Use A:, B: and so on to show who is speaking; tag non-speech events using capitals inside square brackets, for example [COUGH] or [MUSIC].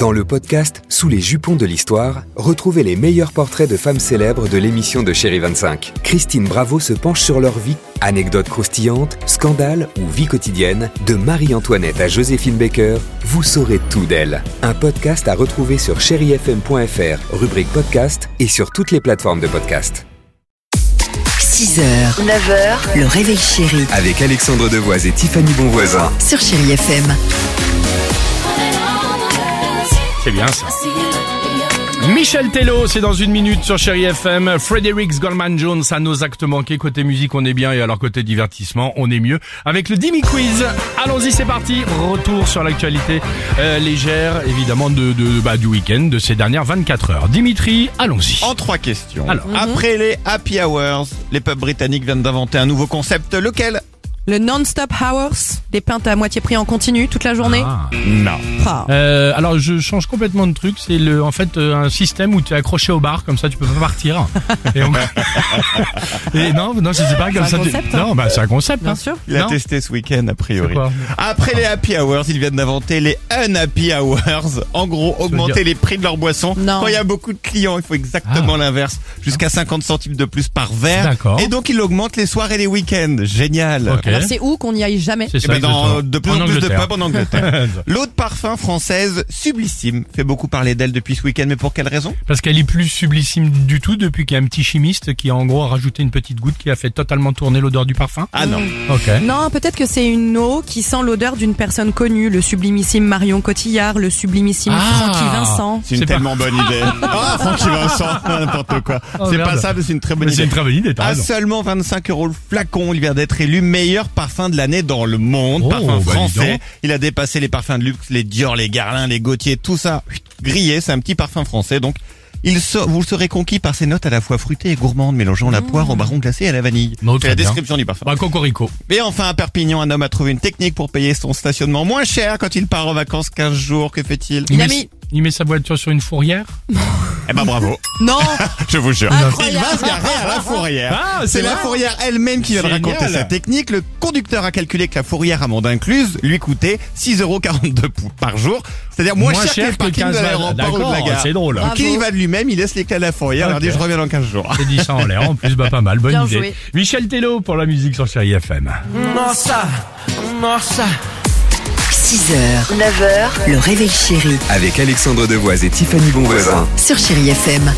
A: Dans le podcast Sous les jupons de l'histoire, retrouvez les meilleurs portraits de femmes célèbres de l'émission de Chéri 25. Christine Bravo se penche sur leur vie, anecdotes croustillantes, scandales ou vie quotidienne, de Marie-Antoinette à Joséphine Baker, vous saurez tout d'elle. Un podcast à retrouver sur chérifm.fr, rubrique podcast et sur toutes les plateformes de podcast.
B: 6h, 9h, le réveil chéri
A: Avec Alexandre Devoise et Tiffany Bonvoisin.
B: sur Chéri FM.
C: C'est bien ça. Michel Tello, c'est dans une minute sur Chéri FM. Fredericks Goldman Jones à nos actes manqués. Côté musique, on est bien et alors côté divertissement, on est mieux. Avec le Dimi Quiz, allons-y, c'est parti. Retour sur l'actualité euh, légère, évidemment, de, de- bah, du week-end, de ces dernières 24 heures. Dimitri, allons-y.
D: En trois questions.
C: Alors.
D: Après les happy hours, les pubs britanniques viennent d'inventer un nouveau concept. Lequel
E: Le non-stop hours, les pintes à moitié prix en continu toute la journée.
C: Ah.
D: Non.
E: Ah.
C: Euh, alors je change complètement de truc, c'est le en fait euh, un système où tu es accroché au bar comme ça tu peux pas partir.
E: [LAUGHS]
C: Et, on- Et non non c'est pas comme
E: un
C: ça. tu-
E: concept, hein.
C: Non bah c'est un concept.
E: Bien
C: hein.
E: sûr.
D: Il a
C: Non.
D: testé ce week-end, a priori.
C: C'est quoi Ah.
D: Après les happy hours, ils viennent d'inventer les unhappy hours. En gros, augmenter
C: dire- Ah.
D: les prix de leurs boissons.
E: Non.
D: Quand il y a beaucoup de clients, il faut exactement l'inverse. Jusqu'à 50 centimes de plus par verre.
C: D'accord.
D: Et donc, ils augmentent les soirs et les week-ends. Génial.
C: Ok.
E: Alors c'est où qu'on n'y aille jamais
C: C'est
D: Eh
C: ça.
D: ben, dans,
C: exactement.
D: de plus en, plus de
C: Angleterre.
D: pubs en
C: [LAUGHS]
D: Angleterre. L'eau de parfum française, sublissime, fait beaucoup parler d'elle depuis ce week-end, mais pour quelle raison
C: Parce qu'elle est plus sublissime du tout depuis qu'il y a un petit chimiste qui a en gros rajouté une petite goutte qui a fait totalement tourner l'odeur du parfum.
D: Ah non.
C: Ok.
E: Non, peut-être que c'est une eau qui sent l'odeur d'une personne connue, le sublimissime Marion Cotillard, le sublimissime
C: Ah.
E: Francky Vincent.
D: C'est une
C: C'est pas-
D: tellement bonne
C: [LAUGHS]
D: idée. Ah, Francky Vincent, [LAUGHS] n'importe quoi.
C: Oh,
D: c'est
C: merde.
D: pas ça, mais c'est une très bonne
C: Mais
D: idée.
C: c'est une très bonne idée, t'as
D: À
C: raison.
D: seulement 25 euros le flacon, il vient d'être élu meilleur parfum de l'année dans le monde,
C: Oh, bah,
D: parfum
C: dis
D: français.
C: donc.
D: Il a dépassé les parfums de luxe, les Dior, les Garlin, les Gautier, tout ça huit, grillé. C'est un petit parfum français, donc il se- vous serez conquis par ses notes à la fois fruitées et gourmandes, mélangeant la poire au baron glacé et à la vanille.
C: Non, Mmh. Bah,
D: c'est
C: oh, très
D: la
C: bien.
D: description du parfum.
C: Bah, cocorico.
D: Et enfin, à Perpignan, un homme a trouvé une technique pour payer son stationnement moins cher quand il part en vacances 15 jours. Que fait-il
E: Il a
C: met,
E: mis-
C: il met sa voiture sur une fourrière.
D: Eh ben bravo.
E: Non,
C: [LAUGHS]
D: Je vous jure.
E: Incroyable.
D: Il va se garer à la fourrière.
C: Ah, c'est
D: c'est la
C: vrai
D: fourrière elle-même qui vient de
C: Génial.
D: raconter sa technique. Le conducteur a calculé que la fourrière amende incluse lui coûtait 6,42€ pou- par jour. C'est-à-dire moins, cher, que le parking de
C: balles.
D: l'aéroport ou de la
C: D'accord,
D: gare.
C: c'est drôle.
E: Ah.
D: Donc il y va de lui-même, il laisse les clés à la fourrière, il
C: Ok.
D: dit je reviens dans 15 jours.
C: J'ai dit ça en l'air. En plus, bah, pas mal. Bonne
E: Bien
C: idée.
E: joué.
C: Michel Tello pour la musique sur Chéri FM.
B: 6h, 9h, le réveil chéri
A: Avec Alexandre Devoise et Tiffany Bonvoisin.
B: sur Chéri FM.